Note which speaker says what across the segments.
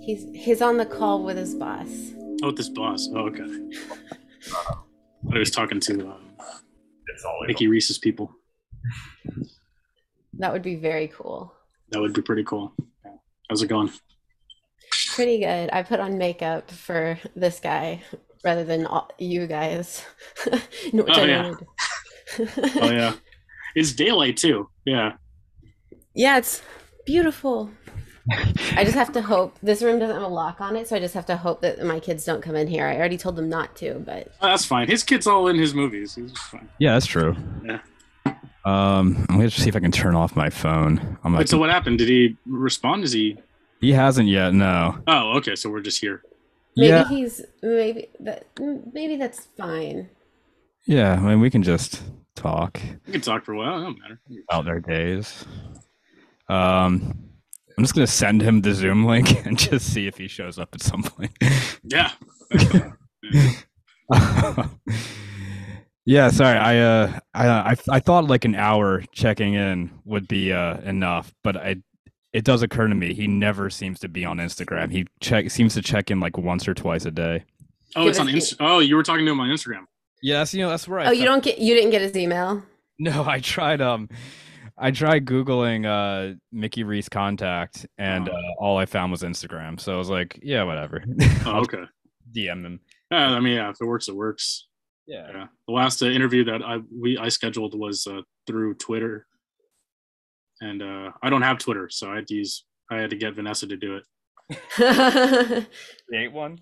Speaker 1: he's he's on the call with his boss.
Speaker 2: Oh, with this boss. Oh, okay. I was talking to uh,
Speaker 3: It's all legal.
Speaker 2: Mickey Reese's people.
Speaker 1: That would be very cool.
Speaker 2: That would be pretty cool. How's it going?
Speaker 1: Pretty good. I put on makeup for this guy rather than all, you guys. No, which
Speaker 2: Oh,
Speaker 1: I
Speaker 2: yeah.
Speaker 1: wanted.
Speaker 2: Oh yeah, it's daylight too. Yeah.
Speaker 1: yeah, it's beautiful. I just have to hope this room doesn't have a lock on it, so I just have to hope that my kids don't come in here. I already told them not to, but
Speaker 2: Oh, that's fine. His kid's all in his movies. He's fine.
Speaker 4: Yeah, that's true.
Speaker 2: Yeah.
Speaker 4: Um, I'm gonna see if I can turn off my phone. I'm like,
Speaker 2: Wait, so what happened? Did he respond? Is he?
Speaker 4: he hasn't yet. No.
Speaker 2: Oh, okay. So we're just here.
Speaker 1: maybe
Speaker 4: Yeah.
Speaker 1: he's maybe that maybe that's fine.
Speaker 4: Yeah. I mean, we can just talk
Speaker 2: We can talk for a while. It don't matter.
Speaker 4: about our days. Um, I'm just gonna send him the Zoom link and just see if he shows up at some point.
Speaker 2: Yeah.
Speaker 4: yeah. Sorry. I uh, I I I thought like an hour checking in would be uh enough, but I. It does occur to me he never seems to be on Instagram. He check seems to check in like once or twice a day.
Speaker 2: Oh, it's on Insta. Oh, you were talking to him on Instagram.
Speaker 4: Yeah, that's you know that's where I
Speaker 1: Oh, you don't
Speaker 4: felt-
Speaker 1: get you didn't get his email.
Speaker 4: No, I tried um I tried googling uh Mickey Reese contact and
Speaker 2: Oh.
Speaker 4: uh, all I found was Instagram. So I was like, yeah, whatever.
Speaker 2: Oh,
Speaker 4: I'll
Speaker 2: okay.
Speaker 4: DM him.
Speaker 2: Uh, I mean, yeah. If it works, it works.
Speaker 4: Yeah.
Speaker 2: Yeah. The last uh, interview that I we I scheduled was uh, through Twitter, and uh, I don't have Twitter, so I had to use I had to get Vanessa to do it.
Speaker 4: Create one?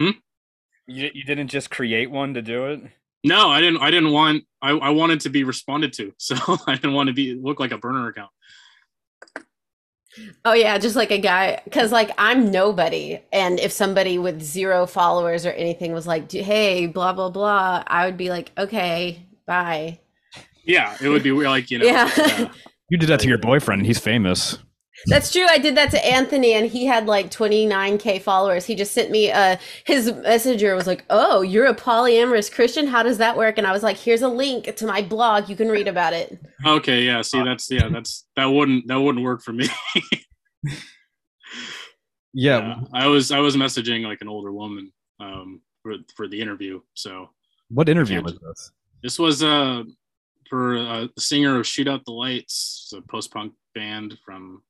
Speaker 2: Hmm?
Speaker 4: You you didn't just create one to do it?
Speaker 2: No, I didn't. I didn't want. I, I wanted to be responded to, so I didn't want to be look like a burner account.
Speaker 1: Oh yeah, just like a guy, because like I'm nobody, and if somebody with zero followers or anything was like, "D- "Hey, blah blah blah," I would be like, "Okay, bye."
Speaker 2: Yeah, it would be weird, like you know.
Speaker 1: Yeah.
Speaker 4: You did that to your boyfriend, he's famous.
Speaker 1: That's true. I did that to Anthony, and he had like 29k followers. He just sent me a his messenger was like, "Oh, you're a polyamorous Christian? How does that work?" And I was like, "Here's a link to my blog. You can read about it."
Speaker 2: okay. Yeah. See, that's yeah. That's that wouldn't that wouldn't work for me.
Speaker 4: Yeah.
Speaker 2: Uh, I was I was messaging like an older woman um for for the interview. So
Speaker 4: What interview
Speaker 2: Can't-
Speaker 4: was this?
Speaker 2: this was uh for uh, the singer of Shoot Out the Lights, a post punk band from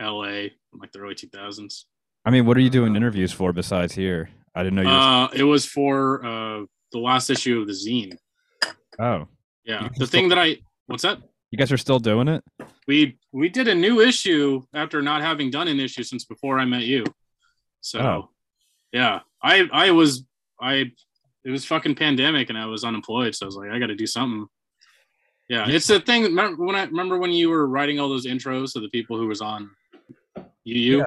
Speaker 2: L.A. from like the early two thousands.
Speaker 4: I mean, what are you doing interviews for besides here? I didn't know you were
Speaker 2: Uh, it was for uh the last issue of the zine.
Speaker 4: Oh.
Speaker 2: Yeah,
Speaker 4: You can
Speaker 2: the thing that I what's that?
Speaker 4: You guys are still doing it?
Speaker 2: we we did a new issue after not having done an issue since before I met you. So
Speaker 4: Oh.
Speaker 2: yeah, I I was I it was fucking pandemic and I was unemployed, so I was like I got to do something. Yeah, it's the thing. Remember when I remember when you were writing all those intros to the people who was on you you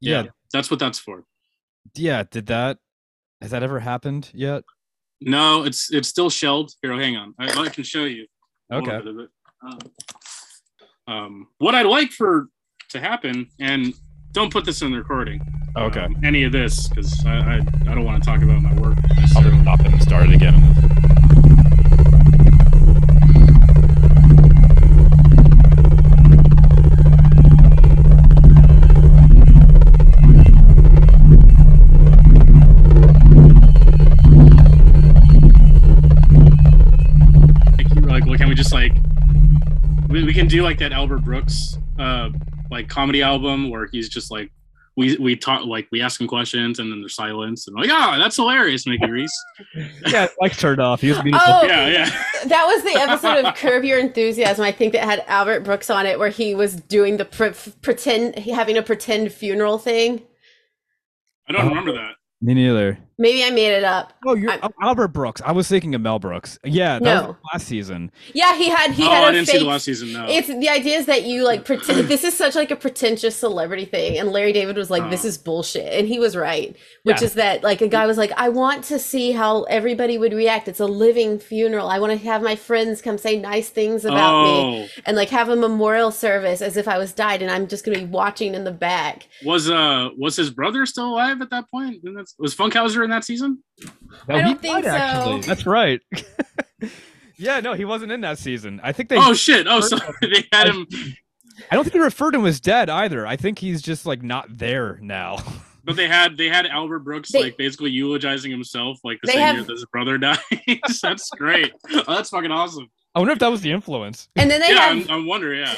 Speaker 4: Yeah.
Speaker 2: that's what that's for.
Speaker 4: Yeah, did that has that ever happened yet?
Speaker 2: No, it's it's still shelved. Here, hang on, I, I can show you. a little
Speaker 4: Okay.
Speaker 2: bit of it. Um, um, what I'd like for to happen, and don't put this in the recording.
Speaker 4: Okay.
Speaker 2: um, any of this because I, I, I don't want to talk about my work.
Speaker 4: I'll
Speaker 2: necessarily.
Speaker 4: just stop it and start it again.
Speaker 2: Like, you were like, well, can we just like, we, we can do like that Albert Brooks, uh, like comedy album where he's just like, we we talk like we ask him questions and then there's silence and like, ah, that's hilarious, Mickey Reese.
Speaker 4: yeah, his lights turned off. He was beautiful.
Speaker 1: Oh,
Speaker 2: Yeah, yeah,
Speaker 1: That was the episode of Curb Your Enthusiasm, I think, that had Albert Brooks on it, where he was doing the pre- pretend, having a pretend funeral thing.
Speaker 2: I
Speaker 4: Uh-huh.
Speaker 2: don't remember that.
Speaker 4: Me neither.
Speaker 1: Maybe I made it up.
Speaker 4: Oh, you're
Speaker 1: I'm-
Speaker 4: oh, Albert Brooks. I was thinking of Mel Brooks. Yeah, that was
Speaker 1: No.
Speaker 4: last season.
Speaker 1: Yeah, he had he
Speaker 2: oh,
Speaker 1: had a
Speaker 2: I didn't
Speaker 1: fake.
Speaker 2: see the last season. No,
Speaker 1: It's the idea is that you like pretend. this is such like a pretentious celebrity thing, and Larry David was like, "This
Speaker 2: Oh.
Speaker 1: is bullshit," and he was right. Which
Speaker 4: Yeah.
Speaker 1: is that like a guy was like, "I want to see how everybody would react. It's a living funeral. I want to have my friends come say nice things about me."
Speaker 2: oh,
Speaker 1: and like have a memorial service as if I was died and I'm just gonna be watching in the back.
Speaker 2: was uh was his brother still alive at that point? Didn't that's, was Funkhauser in that season?
Speaker 4: No,
Speaker 1: I
Speaker 4: he
Speaker 1: don't think
Speaker 4: died, actually.
Speaker 1: so.
Speaker 4: That's right.
Speaker 1: Oh,
Speaker 4: yeah, no, he wasn't in that season. I think they.
Speaker 2: Oh shit! Oh, sorry, they had him.
Speaker 4: I don't think they referred to him as dead either. I think he's just like not there now.
Speaker 2: But they had they had Albert Brooks
Speaker 1: They-
Speaker 2: like basically eulogizing himself like the
Speaker 1: They
Speaker 2: same
Speaker 1: have-
Speaker 2: year that his brother dies. That's great. Oh, that's fucking awesome.
Speaker 4: I wonder if that was the influence.
Speaker 1: And then they
Speaker 2: yeah,
Speaker 1: have
Speaker 2: I'm, I'm wondering. Yeah,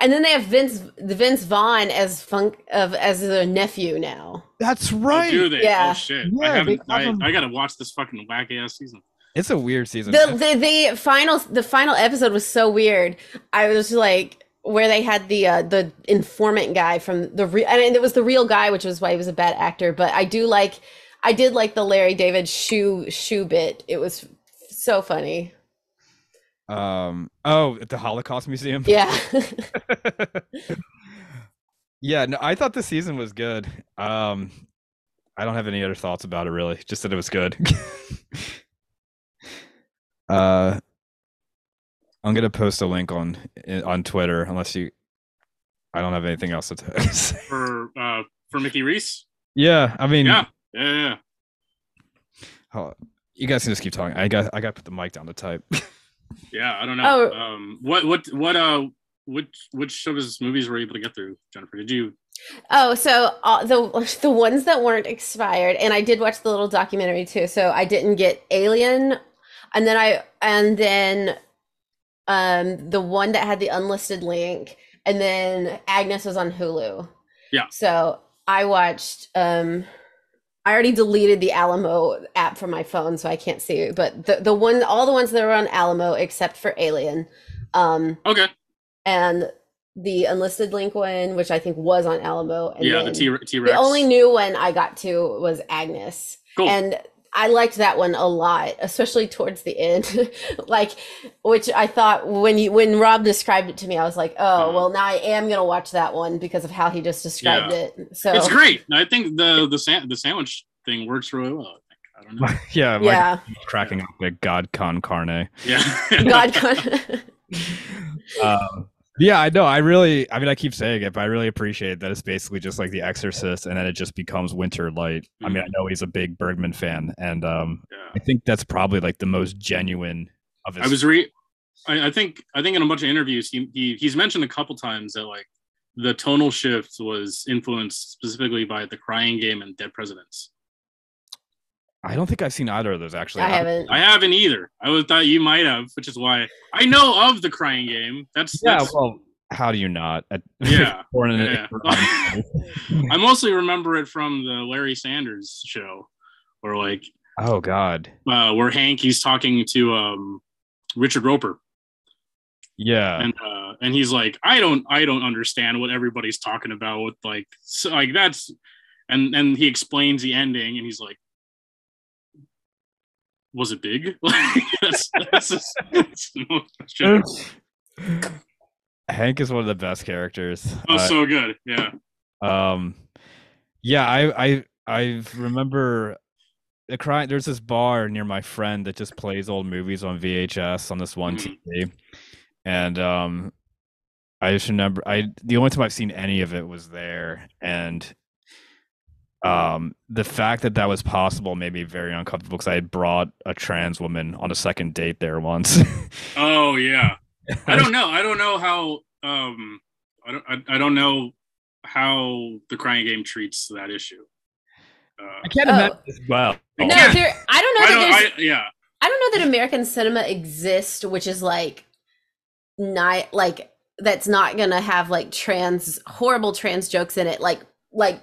Speaker 1: and then they have Vince the Vince Vaughn as funk of as their nephew now.
Speaker 4: That's
Speaker 2: Oh, do they?
Speaker 1: Yeah.
Speaker 2: Oh shit!
Speaker 4: Yeah,
Speaker 2: I
Speaker 4: they
Speaker 2: haven't.
Speaker 4: have
Speaker 2: I,
Speaker 4: him-
Speaker 2: I gotta watch this fucking whack ass season.
Speaker 4: It's a weird season.
Speaker 1: The, the the final the final episode was so weird. I was like where they had the uh, the informant guy from the real and it was the real guy, which was why he was a bad actor. But I do like I did like the Larry David shoe shoe bit. It was so funny.
Speaker 4: um oh, at the Holocaust Museum.
Speaker 1: Yeah,
Speaker 4: yeah, no, I thought the season was good. Um I don't have any other thoughts about it really. Just that it was good. uh I'm gonna post a link on eh, on Twitter unless you I don't have anything else to say.
Speaker 2: for uh for Mickey Reese.
Speaker 4: Yeah, I mean,
Speaker 2: Yeah. Yeah, yeah, yeah.
Speaker 4: hold on. you guys can just keep talking. I got, I got to put the mic down to type.
Speaker 2: Yeah, I don't know.
Speaker 1: Oh.
Speaker 2: Um, what what what uh which which of his movies were you able to get through, Jennifer? Did you?
Speaker 1: Oh, so uh, the the ones that weren't expired, and I did watch the little documentary too. So I didn't get Alien, and then I and then um the one that had the unlisted link, and then Agnes was on Hulu.
Speaker 2: Yeah.
Speaker 1: So I watched. um I already deleted the Alamo app from my phone, so I can't see it. But the the one, all the ones that were on Alamo except for Alien, um,
Speaker 2: Okay.
Speaker 1: and the unlisted link one, which I think was on Alamo. And
Speaker 2: yeah, the
Speaker 1: then
Speaker 2: T T
Speaker 1: the
Speaker 2: Rex.
Speaker 1: only new one I got to was Agnes,
Speaker 2: cool.
Speaker 1: and I liked that one a lot, especially towards the end. like, which I thought when you when Rob described it to me, I was like, oh
Speaker 2: Mhm.
Speaker 1: well, now I am gonna watch that one because of how he just described
Speaker 2: Yeah.
Speaker 1: it. So
Speaker 2: It's great. I think the the sa- the sandwich thing works really well. I, think. I don't know.
Speaker 4: yeah, like
Speaker 1: yeah,
Speaker 4: cracking up at God con carne.
Speaker 2: Yeah.
Speaker 1: God. con-
Speaker 4: Um, yeah, I know. I really, I mean, I keep saying it, but I really appreciate that it's basically just like The Exorcist, and then it just becomes Winter Light. I
Speaker 2: Mm-hmm.
Speaker 4: mean, I know he's a big Bergman fan, and um,
Speaker 2: yeah.
Speaker 4: I think that's probably like the most genuine of his.
Speaker 2: I was re. I, I think I think in a bunch of interviews he, he he's mentioned a couple times that like the tonal shift was influenced specifically by the Crying Game and Dead Presidents.
Speaker 4: I don't think I've seen either of those actually.
Speaker 1: I haven't.
Speaker 2: I haven't either. I would thought you might have, which is why I know of the Crying Game. That's
Speaker 4: Yeah,
Speaker 2: that's-
Speaker 4: well, how do you not? At-
Speaker 2: Yeah,
Speaker 4: Born in
Speaker 2: yeah. I mostly remember it from the Larry Sanders show, or like
Speaker 4: oh God.
Speaker 2: uh, where Hank he's talking to um, Richard Roper,
Speaker 4: Yeah.
Speaker 2: and uh, and he's like, I don't I don't understand what everybody's talking about with like so, like that's, and and he explains the ending, and he's like, was it big? Like, that's, that's just- that's no shit.
Speaker 4: Hank is one of the best characters.
Speaker 2: Oh,
Speaker 4: Uh,
Speaker 2: so good. Yeah.
Speaker 4: um, yeah, I I I remember the cry. There's this bar near my friend that just plays old movies on VHS on this one
Speaker 1: Mm.
Speaker 2: Mhm.
Speaker 4: TV, and um, I just remember I the only time I've seen any of it was there, and um, the fact that that was possible made me very uncomfortable because I had brought a trans woman on a second date there once.
Speaker 2: Oh yeah. I don't know. I don't know how. Um, I don't. I, I don't know how the crying game treats that issue. Uh,
Speaker 4: I can't
Speaker 1: Oh.
Speaker 4: imagine as well.
Speaker 1: No,
Speaker 2: Yeah.
Speaker 1: there. I don't know.
Speaker 2: I
Speaker 1: that
Speaker 2: don't.
Speaker 1: there's,
Speaker 2: I, yeah.
Speaker 1: I don't know that American cinema exists, which is like not like that's not gonna have like trans horrible trans jokes in it, like like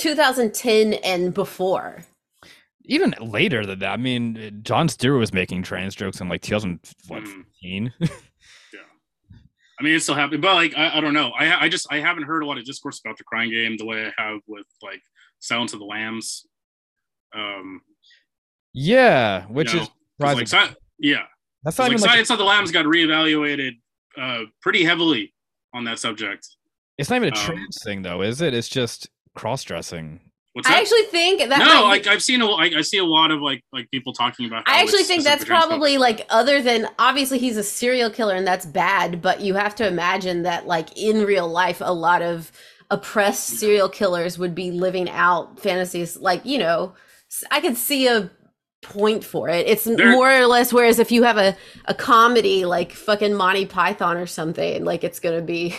Speaker 1: 2010 and before.
Speaker 4: even later than that. I mean, John Stewart was making trans jokes in like 2015.
Speaker 2: 2015. mm. I mean, it's still happening, but like, I, I don't know. I, I just, I haven't heard a lot of discourse about the crying game the way I have with like Silence of the Lambs. Um,
Speaker 4: yeah, which
Speaker 2: you know,
Speaker 4: is
Speaker 2: 'cause,
Speaker 4: surprising.
Speaker 2: like, si- yeah,
Speaker 4: that's
Speaker 2: 'Cause,
Speaker 4: not
Speaker 2: like,
Speaker 4: even like,
Speaker 2: Silence of the Lambs got reevaluated uh, pretty heavily on that subject.
Speaker 4: it's not even a
Speaker 2: um,
Speaker 4: trans thing though, is it? It's just cross dressing.
Speaker 2: What's
Speaker 1: I
Speaker 2: that?
Speaker 1: actually think that
Speaker 2: no,
Speaker 1: might
Speaker 2: like
Speaker 1: be-
Speaker 2: I've seen, a, I, I see a lot of like like people talking about.
Speaker 1: I
Speaker 2: how
Speaker 1: actually
Speaker 2: it's
Speaker 1: think that's
Speaker 2: specific trans folks.
Speaker 1: probably like other than obviously he's a serial killer and that's bad, but you have to imagine that like in real life a lot of oppressed serial killers would be living out fantasies like, you know, s- I could see a point for it. It's
Speaker 2: There-
Speaker 1: more or less. Whereas if you have a a comedy like fucking Monty Python or something, like it's gonna be.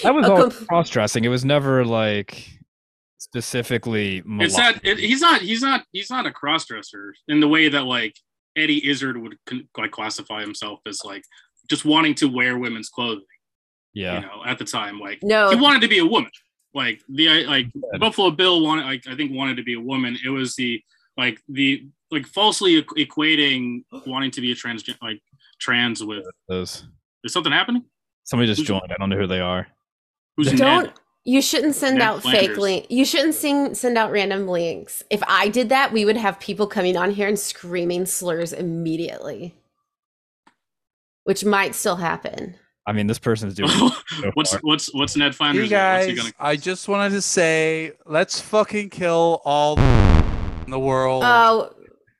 Speaker 4: That was
Speaker 1: a
Speaker 4: all
Speaker 1: comp-
Speaker 4: cross dressing. It was never like specifically.
Speaker 2: It's
Speaker 4: melodic.
Speaker 2: not. It, he's not. He's not. He's not a crossdresser in the way that like Eddie Izzard would con- like classify himself as like just wanting to wear women's clothing.
Speaker 4: yeah.
Speaker 2: You know, at the time, like he
Speaker 1: no,
Speaker 2: wanted to be a woman. Like the I- like Buffalo Bill wanted, like I think, wanted to be a woman. It was the like the like falsely equ- equating wanting to be a trans like trans with
Speaker 4: Those.
Speaker 2: is something happening?
Speaker 4: Somebody just
Speaker 2: Who's-
Speaker 4: joined. I don't know who they are.
Speaker 2: Who's Ned?
Speaker 1: don't. You shouldn't send
Speaker 2: Ned
Speaker 1: out fake
Speaker 2: Flanders.
Speaker 1: links. You shouldn't sing, send out random links. If I did that, we would have people coming on here and screaming slurs immediately, which might still happen.
Speaker 4: I mean, this person's doing. so
Speaker 2: what's
Speaker 4: far.
Speaker 2: what's what's Ned Flanders?
Speaker 3: Hey
Speaker 2: what's he
Speaker 3: guys, I just wanted to say, let's fucking kill all in the world.
Speaker 1: Oh,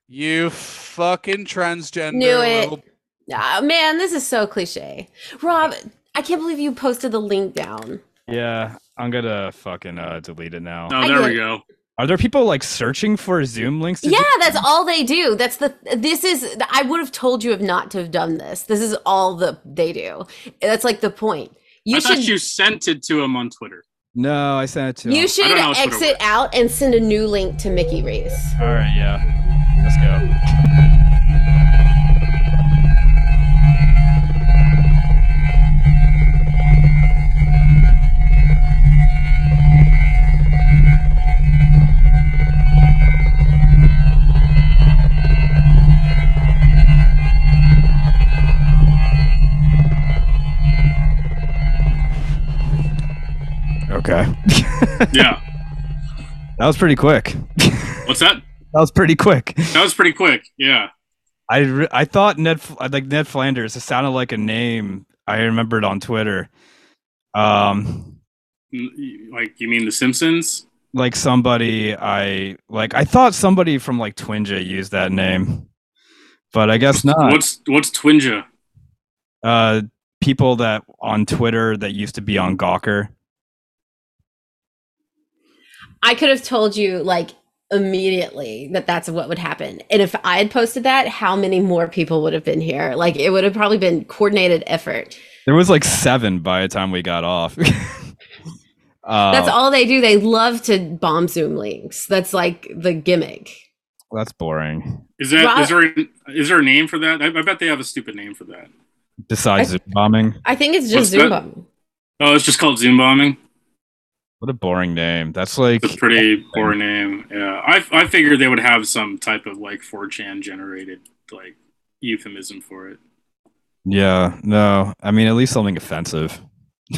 Speaker 3: you fucking transgender.
Speaker 1: Knew it.
Speaker 3: little-
Speaker 1: ah, man, this is so cliche. Rob, I can't believe you posted the link down.
Speaker 4: Yeah, I'm gonna fucking uh, delete it now.
Speaker 2: Oh,
Speaker 1: I
Speaker 2: there
Speaker 1: knew
Speaker 2: we
Speaker 1: it.
Speaker 2: go.
Speaker 4: Are there people like searching for Zoom links? To
Speaker 1: yeah,
Speaker 4: do-
Speaker 1: that's all they do. That's the this is I would have told you of not to have done this. This is all the they do. That's like the point. You
Speaker 2: I
Speaker 1: should
Speaker 2: thought you sent it to him on Twitter.
Speaker 4: No, I sent it to.
Speaker 1: you
Speaker 4: him.
Speaker 1: should
Speaker 2: don't know how Twitter
Speaker 1: exit
Speaker 2: works.
Speaker 1: out and send a new link to Mickey Reese.
Speaker 4: All right. Yeah. Let's go. Okay.
Speaker 2: yeah,
Speaker 4: That was pretty quick.
Speaker 2: what's that?
Speaker 4: That was pretty quick.
Speaker 2: That was pretty quick. Yeah,
Speaker 4: I, re- I thought Ned Fl- uh, like Ned Flanders. It sounded like a name I remembered on Twitter, um,
Speaker 2: N- like you mean The Simpsons?
Speaker 4: like somebody I like. I thought somebody from like Twinja used that name, but I guess not.
Speaker 2: What's what's Twinja?
Speaker 4: Uh, people that on Twitter that used to be on Gawker.
Speaker 1: I could have told you like immediately that that's what would happen. And if I had posted that, how many more people would have been here? Like it would have probably been coordinated effort.
Speaker 4: There was like seven by the time we got off.
Speaker 1: That's
Speaker 4: Uh,
Speaker 1: all they do. They love to bomb Zoom links. That's like the gimmick.
Speaker 4: that's boring.
Speaker 2: Is that is
Speaker 1: Rob-
Speaker 2: there is there a name for that? I, I bet they have a stupid name for that.
Speaker 4: Besides Zoom bombing,
Speaker 1: I think it's
Speaker 2: What's
Speaker 1: just Zoom
Speaker 2: that?
Speaker 1: bombing.
Speaker 2: Oh, it's just called Zoom bombing.
Speaker 4: what a boring name. That's like
Speaker 2: It's a pretty poor name. Yeah, I I figured they would have some type of like 4chan generated like euphemism for it.
Speaker 4: Yeah, no. I mean, at least something offensive.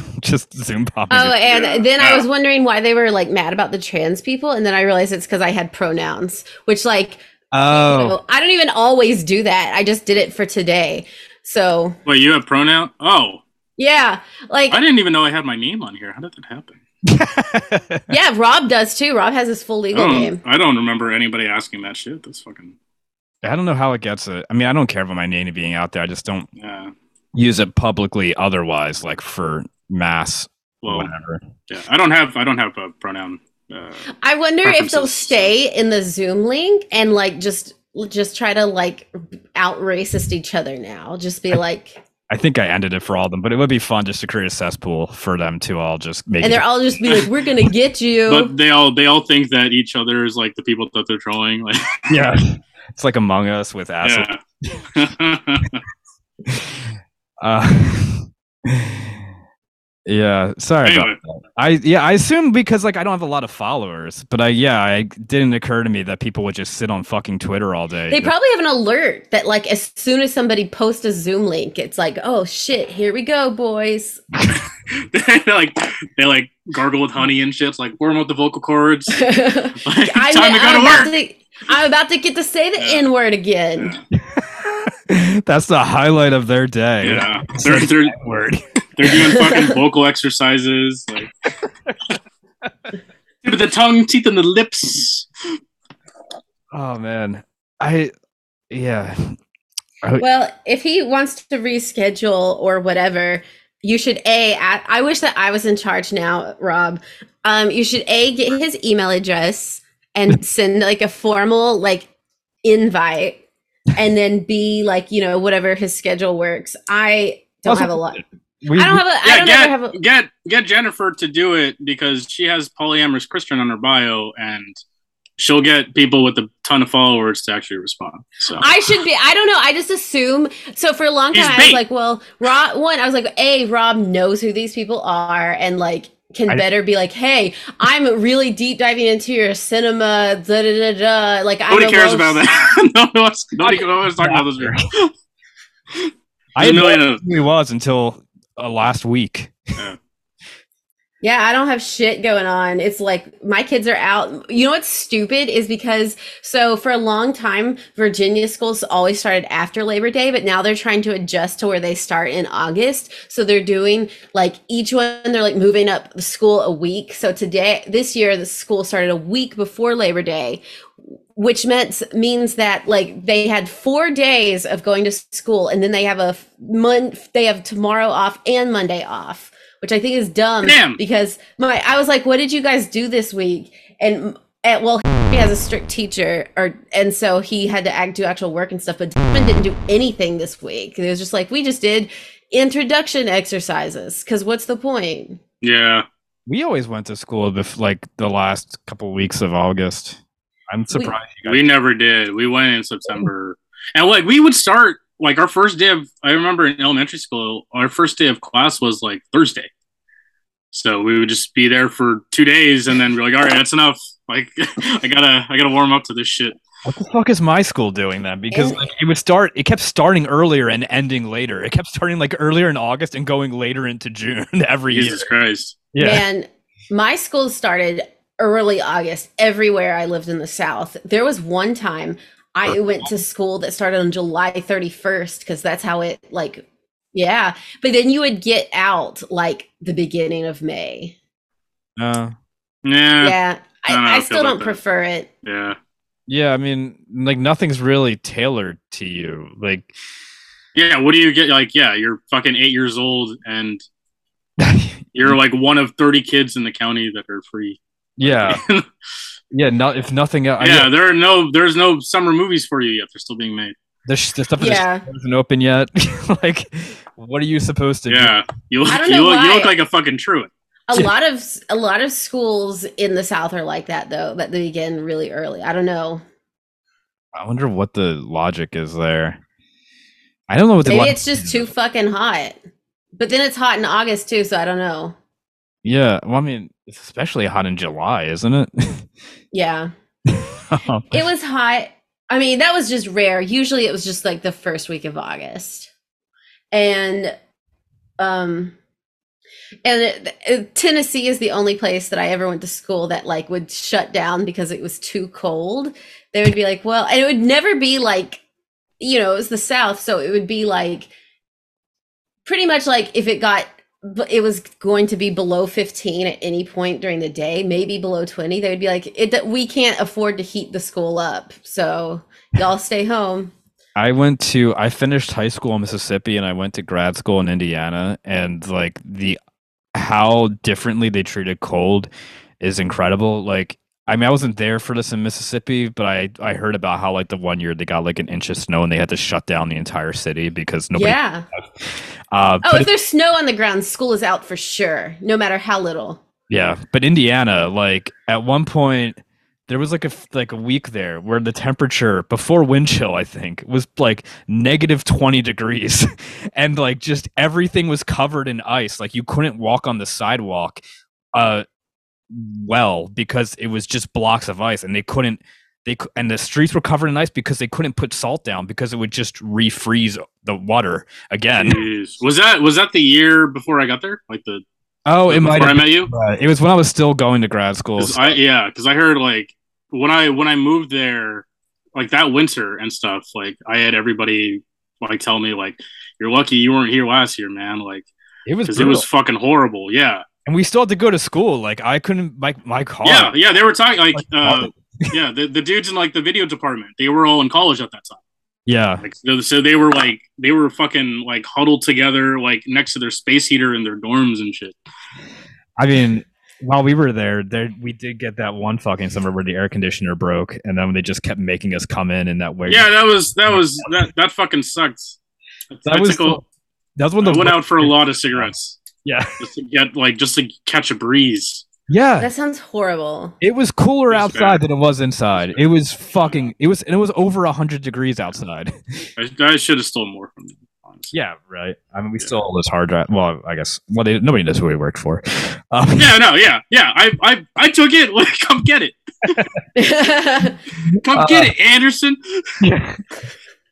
Speaker 4: Just Zoom bombing.
Speaker 1: Oh,
Speaker 4: is-
Speaker 1: and
Speaker 2: Yeah.
Speaker 1: then I
Speaker 2: Yeah.
Speaker 1: was wondering why they were like mad about the trans people, and then I realized it's because I had pronouns, which like
Speaker 4: oh,
Speaker 1: oh, I don't even always do that. I just did it for today. So
Speaker 2: Wait, you have pronoun? Oh,
Speaker 1: yeah, like
Speaker 2: I didn't even know I had my name on here. How did that happen?
Speaker 1: yeah, Rob does too. Rob has his full
Speaker 2: I
Speaker 1: legal name.
Speaker 2: don't, I don't remember anybody asking that shit. That's fucking
Speaker 4: I don't know how it gets it. I mean, I don't care about my name being out there. I just don't
Speaker 2: yeah.
Speaker 4: use it publicly otherwise, like for mass
Speaker 2: Well,
Speaker 4: whatever.
Speaker 2: yeah. I don't have I don't have a pronoun. Uh,
Speaker 1: I wonder if they'll
Speaker 2: Preferences.
Speaker 1: stay in the Zoom link and like just just try to like out racist each other now. Just be like,
Speaker 4: I think I ended it for all of them, but it would be fun just to create a cesspool for them to all just make.
Speaker 1: and
Speaker 4: it-
Speaker 1: they're all just be like, we're gonna get you.
Speaker 2: but they all they all think that each other is like the people that they're trolling. Like,
Speaker 4: yeah, it's like Among Us with assholes.
Speaker 2: yeah.
Speaker 4: Uh, yeah, sorry
Speaker 2: Anyway.
Speaker 4: about that. I yeah, I assume because like I don't have a lot of followers, but I yeah, it didn't occur to me that people would just sit on fucking Twitter all day.
Speaker 1: They probably have an alert that like as soon as somebody posts a Zoom link, it's like, oh shit, here we go, boys.
Speaker 2: they like they like gargle with honey and shit. It's like warm up the vocal cords.
Speaker 1: I'm,
Speaker 2: Like, time to
Speaker 1: I'm
Speaker 2: go to
Speaker 1: about
Speaker 2: work.
Speaker 1: to, I'm about to get to say the
Speaker 2: Yeah.
Speaker 1: N word again.
Speaker 2: Yeah.
Speaker 4: That's the highlight of their day.
Speaker 2: Yeah, they're they're
Speaker 4: Word.
Speaker 2: they're doing fucking vocal exercises. Like, tip of the tongue, teeth, and the lips.
Speaker 4: Oh man, I yeah. But-
Speaker 1: Well, if he wants to reschedule or whatever, you should a. At, I wish that I was in charge now, Rob. Um, you should a get his email address and send like a formal like invite and then B, like, you know, whatever his schedule works. I don't
Speaker 4: Also-
Speaker 1: have a lot.
Speaker 4: We,
Speaker 1: I don't have a. I
Speaker 2: Yeah,
Speaker 1: don't
Speaker 2: get,
Speaker 1: ever have a.
Speaker 2: get get Jennifer to do it because she has polyamorous Christian on her bio, and she'll get people with a ton of followers to actually respond. So
Speaker 1: I should be. I don't know. I just assume. So for a long
Speaker 2: He's
Speaker 1: time, I was
Speaker 2: bait.
Speaker 1: like, well, Rob. One, I was like, a Rob knows who these people are, and like can
Speaker 4: I-
Speaker 1: better be like, hey, I'm really deep diving into your cinema. Da da da da. Like
Speaker 2: nobody
Speaker 1: I'm
Speaker 2: cares
Speaker 1: almost-
Speaker 2: about that. no one wants, nobody, no one's talking about those people.
Speaker 4: I
Speaker 2: There's
Speaker 4: had
Speaker 2: a
Speaker 4: no idea
Speaker 2: million of-
Speaker 4: who he was until uh, last week.
Speaker 1: Yeah, I don't have shit going on. It's like my kids are out. You know what's stupid is because so for a long time Virginia schools always started after Labor Day, but now they're trying to adjust to where they start in August. So they're doing like each one they're like moving up the school a week. So today this year the school started a week before Labor Day, which meant means that like they had four days of going to school and then they have a month they have tomorrow off and monday off which i think is dumb
Speaker 2: Damn.
Speaker 1: because my i was like what did you guys do this week and, and well he has a strict teacher or and so he had to act, do actual work and stuff but Damon didn't do anything this week it was just like we just did introduction exercises because what's the point
Speaker 2: Yeah,
Speaker 4: We always went to school bef- like the last couple weeks of August. I'm surprised you guys.
Speaker 2: we never did. We went in September, and like we would start like our first day of. I remember in elementary school, our first day of class was like Thursday, so we would just be there for two days, and then we're like, all right, that's enough. Like I gotta, I gotta warm up to this shit.
Speaker 4: What the fuck is my school doing then? Because
Speaker 1: And-
Speaker 4: like, it would start, it kept starting earlier and ending later. It kept starting like earlier in August and going later into June every year.
Speaker 2: Jesus Christ.
Speaker 1: Man, my school started early August everywhere I lived in the South. There was one time I went to school that started on July 31st because that's how it like yeah, but then you would get out like the beginning of May.
Speaker 4: Uh,
Speaker 2: Yeah, yeah.
Speaker 1: Yeah.
Speaker 2: I don't know how
Speaker 1: I, I
Speaker 2: I
Speaker 1: still
Speaker 2: feel about
Speaker 1: don't
Speaker 2: that.
Speaker 1: prefer it.
Speaker 2: yeah.
Speaker 4: yeah, I mean, like nothing's really tailored to you. Like,
Speaker 2: What do you get? Like, yeah, you're fucking eight years old, and you're like one of thirty kids in the county that are free.
Speaker 4: yeah, yeah. Not if nothing else.
Speaker 2: yeah,
Speaker 4: Yeah,
Speaker 2: there are no, there's no summer movies for you yet. They're still being made.
Speaker 4: the, sh- the stuff that
Speaker 1: Yeah.
Speaker 4: just isn't open yet. like, what are you supposed to? do?
Speaker 2: Yeah, you look,
Speaker 1: I don't
Speaker 2: you
Speaker 1: know
Speaker 2: look, you
Speaker 1: why.
Speaker 2: look like a fucking truant.
Speaker 1: A
Speaker 4: Yeah.
Speaker 1: lot of a lot of schools in the South are like that though, that they begin really early. I don't know.
Speaker 4: I wonder what the logic is there. I don't know what the
Speaker 1: Maybe
Speaker 4: logic
Speaker 1: it's just
Speaker 4: is.
Speaker 1: too fucking hot. But then it's hot in August too, so I don't know.
Speaker 4: Yeah, well, I mean, it's especially hot in July, isn't it?
Speaker 1: Yeah. It was hot. I mean, that was just rare. Usually it was just like the first week of August. And um and it, it- Tennessee is the only place that I ever went to school that like would shut down because it was too cold. They would be like, "Well," and it would never be like, you know, it was the South, so it would be like pretty much like if it got but it was going to be below 15 at any point during the day, maybe below 20, they would be like, it, we can't afford to heat the school up. So y'all stay home.
Speaker 4: I went to I finished high school in Mississippi and I went to grad school in Indiana and like the how differently they treated cold is incredible. Like I mean I wasn't there for this in Mississippi, but I I heard about how like the one year they got like an inch of snow and they had to shut down the entire city because nobody
Speaker 1: yeah.
Speaker 4: uh
Speaker 1: Oh,
Speaker 4: but
Speaker 1: if there's snow on the ground, school is out for sure, no matter how little.
Speaker 4: Yeah, but Indiana, like at one point, there was like a f- like a week there where the temperature before wind chill, I think, was like negative twenty degrees, and like just everything was covered in ice. Like you couldn't walk on the sidewalk, uh, well because it was just blocks of ice, and they couldn't. They cou- and the streets were covered in ice because they couldn't put salt down because it would just refreeze the water again.
Speaker 2: Jeez. Was that was that the year before I got there? Like the
Speaker 4: Oh, it might.
Speaker 2: before I
Speaker 4: Have,
Speaker 2: met you?
Speaker 4: been- it was when I was still going to grad school.
Speaker 2: 'Cause I, yeah, because I heard like when I when I moved there, like that winter and stuff. Like I had everybody like tell me like, "You're lucky you weren't here last year, man." Like
Speaker 4: It was
Speaker 2: because it
Speaker 4: brutal.
Speaker 2: was fucking horrible. Yeah,
Speaker 4: and we still had to go to school. Like I couldn't my my car.
Speaker 2: yeah, yeah. They were talking like,
Speaker 4: Like,
Speaker 2: uh, yeah, the, the dudes in like the video department. They were all in college at that time.
Speaker 4: yeah,
Speaker 2: Like so, so they were like they were fucking like huddled together like next to their space heater in their dorms and shit.
Speaker 4: I mean, while we were there, there we did get that one fucking summer where the air conditioner broke, and then they just kept making us come in in that way.
Speaker 2: Yeah, that was that was that that fucking sucked.
Speaker 4: that
Speaker 2: I
Speaker 4: was
Speaker 2: took a-
Speaker 4: that was one
Speaker 2: I
Speaker 4: of the
Speaker 2: went out for a lot of cigarettes
Speaker 4: Yeah,
Speaker 2: just to get like just to catch a breeze.
Speaker 4: yeah.
Speaker 1: That sounds horrible.
Speaker 4: It was cooler
Speaker 2: It was bad.
Speaker 4: outside than it was inside. It was fucking. It was and it was over hundred degrees outside.
Speaker 2: I, I should have stolen more from them. Honestly.
Speaker 4: yeah, right. I mean, we
Speaker 2: Yeah.
Speaker 4: still all this hard drive. Well, I guess. Well, they, nobody knows who we worked for. Um,
Speaker 2: Yeah, no, yeah, yeah. I, I, I took it. Like, come get it. Come
Speaker 4: Uh,
Speaker 2: get it, Anderson.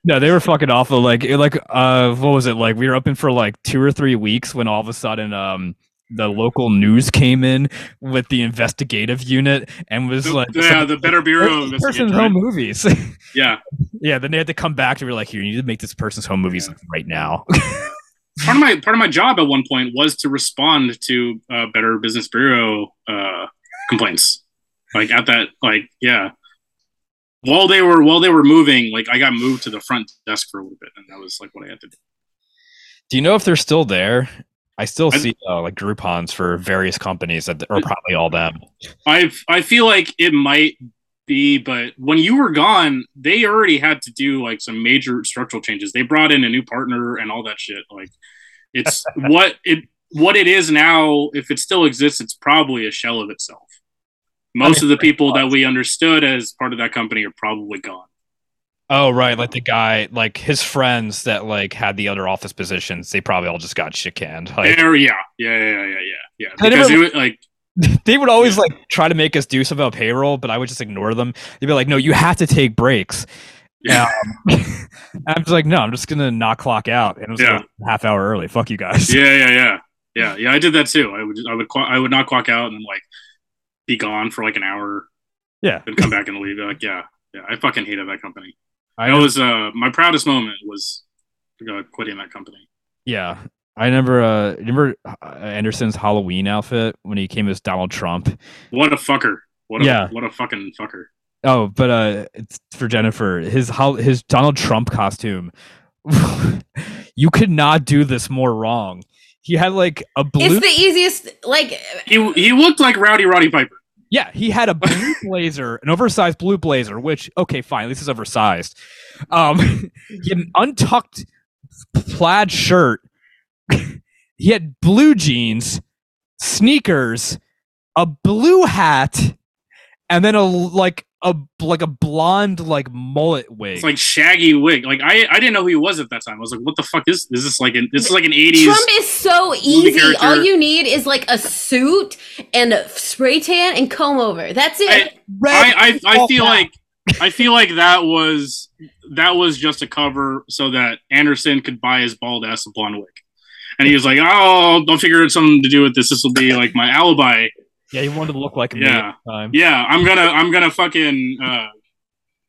Speaker 4: No, they were fucking awful. Like, it- like, uh, what was it? Like, we were up in for like two or three weeks when all of a sudden, um, the local news came in with the investigative unit and was
Speaker 2: The-
Speaker 4: like,
Speaker 2: yeah, the Better Bureau.
Speaker 4: person's, person's
Speaker 2: investigation,
Speaker 4: home
Speaker 2: right?
Speaker 4: movies.
Speaker 2: Yeah,
Speaker 4: yeah, then they had to come back to be like, here, you need to make this person's home movies
Speaker 2: Yeah.
Speaker 4: like, right now.
Speaker 2: part of my part of my job at one point was to respond to uh, Better Business Bureau uh, complaints. Like at that, like yeah. While they were while they were moving, like I got moved to the front desk for a little bit, and that was like what I had to do.
Speaker 4: Do you know if they're still there? I still
Speaker 2: I-
Speaker 4: see uh, like Groupons for various companies that are probably all them.
Speaker 2: I I feel like it might be, but when you were gone, they already had to do like some major structural changes. They brought in a new partner and all that shit. Like it's what it what it is now. If it still exists, it's probably a shell of itself. Most of the people that we understood as part of that company are probably gone.
Speaker 4: Oh right, like the guy, like his friends that like had the other office positions, they probably all just got shit canned. Like,
Speaker 2: There, yeah, yeah, yeah, yeah, yeah, yeah.
Speaker 4: I
Speaker 2: Because
Speaker 4: never-
Speaker 2: it was like
Speaker 4: they would always like try to make us do something about payroll, but I would just ignore them. They'd be like, "No, you have to take breaks." Um,
Speaker 2: yeah,
Speaker 4: And I'm just like, "No, I'm just gonna not clock out." And it was
Speaker 2: Yeah.
Speaker 4: like a half hour early. Fuck you guys.
Speaker 2: yeah, yeah, yeah, yeah, yeah. I did that too. I would I would qua- I would not clock out and then like be gone for like an hour
Speaker 4: Yeah.
Speaker 2: and come back and leave. Like, yeah, yeah, I fucking hated that company.
Speaker 4: I
Speaker 2: I
Speaker 4: know.
Speaker 2: was uh, my proudest moment was uh, quitting that company.
Speaker 4: Yeah. I remember. Uh, remember uh, Anderson's Halloween outfit when he came as Donald Trump.
Speaker 2: What a fucker! What a,
Speaker 4: Yeah.
Speaker 2: what a fucking fucker!
Speaker 4: Oh, but uh, it's for Jennifer. His hol- his Donald Trump costume. you could not do this more wrong. He had like a blue.
Speaker 1: it's the easiest. Like
Speaker 2: He he looked like Rowdy Roddy Piper.
Speaker 4: Yeah, he had a blue blazer, an oversized blue blazer, which okay, fine, this is oversized. Um, he had an untucked plaid shirt. he had blue jeans, sneakers, a blue hat, and then a like a like a blonde like mullet wig.
Speaker 2: It's like shaggy wig. Like I I didn't know who he was at that time. I was like, what the fuck is is this like? An, this is like an eighties.
Speaker 1: Trump is so easy.
Speaker 2: character.
Speaker 1: All you need is like a suit and a spray tan and comb over. That's it.
Speaker 4: Red
Speaker 2: I, I, I
Speaker 4: all
Speaker 2: feel
Speaker 4: black.
Speaker 2: like I feel like that was that was just a cover so that Anderson could buy his bald ass a blonde wig. And he was like, "Oh, I'll figure out something to do with this. This will be like my alibi.
Speaker 4: yeah, he wanted to look like me
Speaker 2: Yeah.
Speaker 4: at the time.
Speaker 2: Yeah, I'm gonna, I'm gonna fucking uh,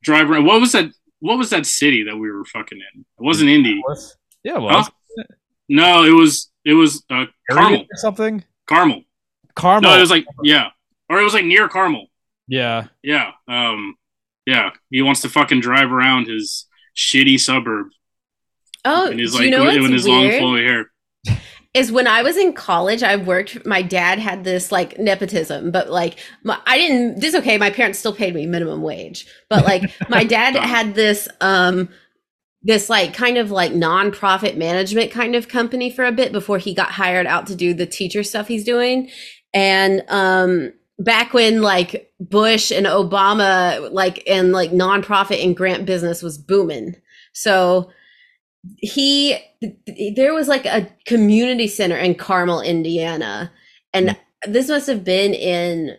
Speaker 2: drive around. What was that? What was that city that we were fucking in? It wasn't Indy.
Speaker 4: Yeah, well,
Speaker 2: Huh? No, it was, it was uh, Carmel.
Speaker 4: or something.
Speaker 2: Carmel.
Speaker 4: Carmel.
Speaker 2: No, it was like yeah, or it was like near Carmel.
Speaker 4: yeah.
Speaker 2: Yeah. Um yeah. He wants to fucking drive around his shitty suburb
Speaker 1: Oh,
Speaker 2: and his
Speaker 1: do
Speaker 2: like
Speaker 1: you know
Speaker 2: and
Speaker 1: what's
Speaker 2: his long
Speaker 1: weird?
Speaker 2: flowy hair.
Speaker 1: is when I was in college, I worked. My dad had this like nepotism, but like my, I didn't. This is okay. My parents still paid me minimum wage, but like my dad had this um this like kind of like nonprofit management kind of company for a bit before he got hired out to do the teacher stuff he's doing, and um back when like Bush and Obama like and like nonprofit and grant business was booming, so he there was like a community center in Carmel, Indiana. And
Speaker 2: Mm-hmm.
Speaker 1: this must have been in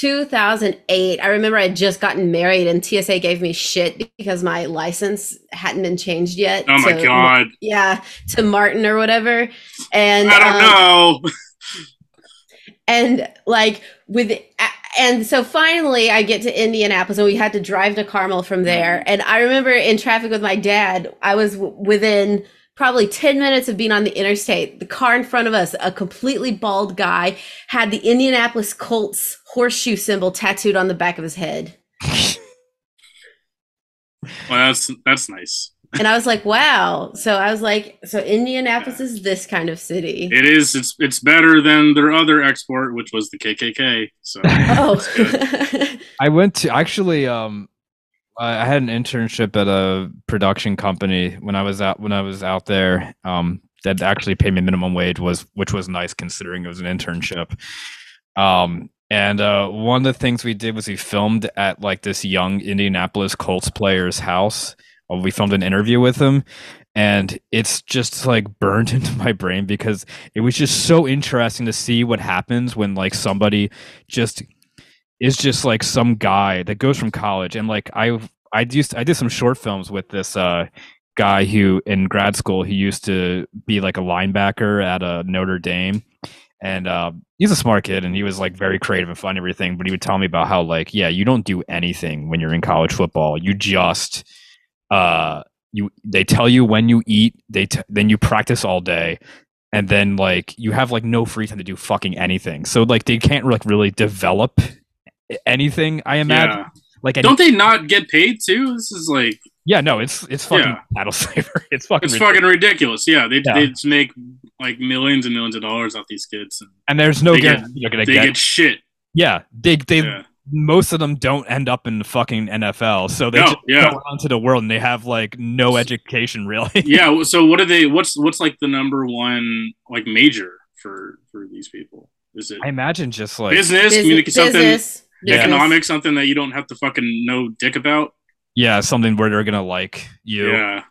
Speaker 1: 2008. I remember I had just gotten married and TSA gave me shit because my license hadn't been changed yet.
Speaker 2: Oh my
Speaker 1: to-
Speaker 2: god.
Speaker 1: Yeah, to Martin or whatever. And
Speaker 2: I
Speaker 1: um,
Speaker 2: don't know.
Speaker 1: and like with a- and so finally i get to indianapolis and we had to drive to carmel from there and i remember in traffic with my dad i was w- within probably 10 minutes of being on the interstate the car in front of us a completely bald guy had the indianapolis colts horseshoe symbol tattooed on the back of his head
Speaker 2: Well, that's that's nice.
Speaker 1: And I was like, wow. So I was like, so Indianapolis is this kind of city.
Speaker 2: It is. It's it's better than their other export, which was the KKK. So
Speaker 1: oh.
Speaker 4: I went to actually. Um, I I had an internship at a production company when I was out when I was out there. Um, that actually paid me minimum wage was which was nice considering it was an internship. Um, and uh, one of the things we did was we filmed at like this young Indianapolis Colts player's house. Uh, We filmed an interview with him, and it's just like burned into my brain because it was just so interesting to see what happens when like somebody just is just like some guy that goes from college and like I I used I did some short films with this uh guy who in grad school he used to be like a linebacker at a Notre Dame and uh, he's a smart kid and he was like very creative and fun and everything but he would tell me about how like yeah you don't do anything when you're in college football you just uh you they tell you when you eat they t- then you practice all day and then like you have like no free time to do fucking anything so like they can't like really develop anything i imagine
Speaker 2: yeah.
Speaker 4: like any-
Speaker 2: Don't they not get paid too? This is like
Speaker 4: yeah no it's it's fucking
Speaker 2: Yeah.
Speaker 4: battle slavery it's fucking
Speaker 2: it's fucking ridiculous. Yeah, they
Speaker 4: Yeah.
Speaker 2: they just make like millions and millions of dollars off these kids. And
Speaker 4: and there's no
Speaker 2: They get-
Speaker 4: guarantee you're gonna
Speaker 2: they
Speaker 4: get,
Speaker 2: get shit.
Speaker 4: yeah they they
Speaker 2: yeah.
Speaker 4: most of them don't end up in the fucking NFL, so they
Speaker 2: No,
Speaker 4: just
Speaker 2: yeah.
Speaker 4: go out into the world and they have like no education really.
Speaker 2: yeah. well, So what are they? What's what's like the number one like major for for these people? Is it
Speaker 4: I imagine just like
Speaker 2: business,
Speaker 1: Busi-
Speaker 2: communication, something
Speaker 1: business,
Speaker 4: Yeah.
Speaker 2: economic, something that you don't have to fucking know dick about?
Speaker 4: yeah, something where they're gonna like you,
Speaker 2: Yeah,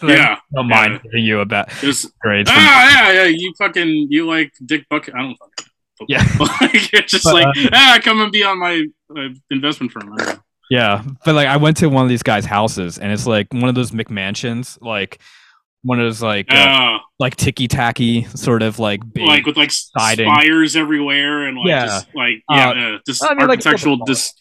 Speaker 4: They
Speaker 2: yeah.
Speaker 4: don't mind giving you about
Speaker 2: Just
Speaker 4: grades. from-
Speaker 2: ah, yeah, yeah. You fucking you like dick bucket? I don't fucking. know.
Speaker 4: Yeah.
Speaker 2: like, it's just
Speaker 4: But, uh,
Speaker 2: like ah, come and be on my uh, investment firm. I don't know.
Speaker 4: Yeah, but like I went to one of these guys' houses and it's like one of those McMansions, like one of those like uh,
Speaker 2: Ah.
Speaker 4: like ticky tacky sort of like big.
Speaker 2: like with like siding.
Speaker 4: siding.
Speaker 2: spires everywhere and like
Speaker 4: Yeah.
Speaker 2: just like
Speaker 4: Uh,
Speaker 2: yeah, uh, just
Speaker 4: I mean, like,
Speaker 2: architectural
Speaker 4: football.
Speaker 2: dis-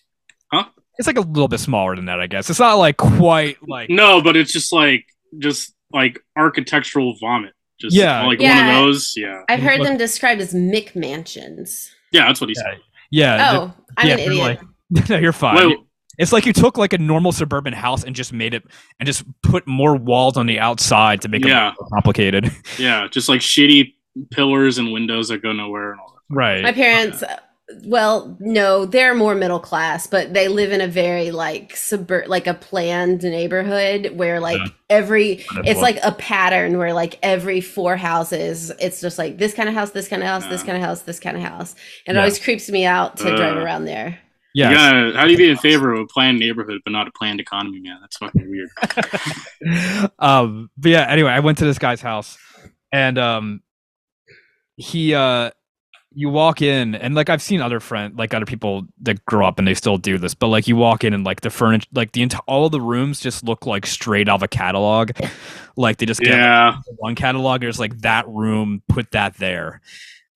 Speaker 4: it's like a little bit smaller than that, I guess. It's not like quite like
Speaker 2: no, but it's just like just like architectural vomit. Just
Speaker 4: Yeah.
Speaker 2: like one
Speaker 1: Yeah.
Speaker 2: of those. Yeah,
Speaker 1: I've heard
Speaker 4: Look-
Speaker 1: them described as Mick mansions.
Speaker 2: yeah, that's what he said.
Speaker 4: yeah.
Speaker 1: Oh, I'm
Speaker 4: yeah,
Speaker 1: an
Speaker 4: they're
Speaker 1: idiot.
Speaker 4: like- no, you're fine.
Speaker 2: Wait,
Speaker 4: It's like you took like a normal suburban house and just made it and just put more walls on the outside to make
Speaker 2: Yeah.
Speaker 4: it more complicated.
Speaker 2: yeah, just like shitty pillars and windows that go nowhere and all that.
Speaker 1: My
Speaker 4: Right.
Speaker 1: parents, uh, well, no, they're more middle class, but they live in a very like suburb, like a planned neighborhood where like
Speaker 4: Yeah.
Speaker 1: every,
Speaker 4: That's
Speaker 1: it's
Speaker 4: what-
Speaker 1: like a pattern where like every four houses, it's just like this kind of house, this kind of house, this
Speaker 2: Yeah.
Speaker 1: kind of house, this kind of house. And it
Speaker 4: Yeah.
Speaker 1: always creeps me out to drive
Speaker 2: Uh.
Speaker 1: around there.
Speaker 4: Yes.
Speaker 2: Yeah, how do you be in favor of a planned neighborhood but not a planned economy, man? That's fucking weird.
Speaker 4: um but yeah anyway i went to this guy's house and um he uh you walk in and like i've seen other friend like other people that grow up and they still do this but like you walk in and like the furniture like the entire all the rooms just look like straight out of a catalog like they just get
Speaker 2: Yeah,
Speaker 4: one catalog there's like that room put that there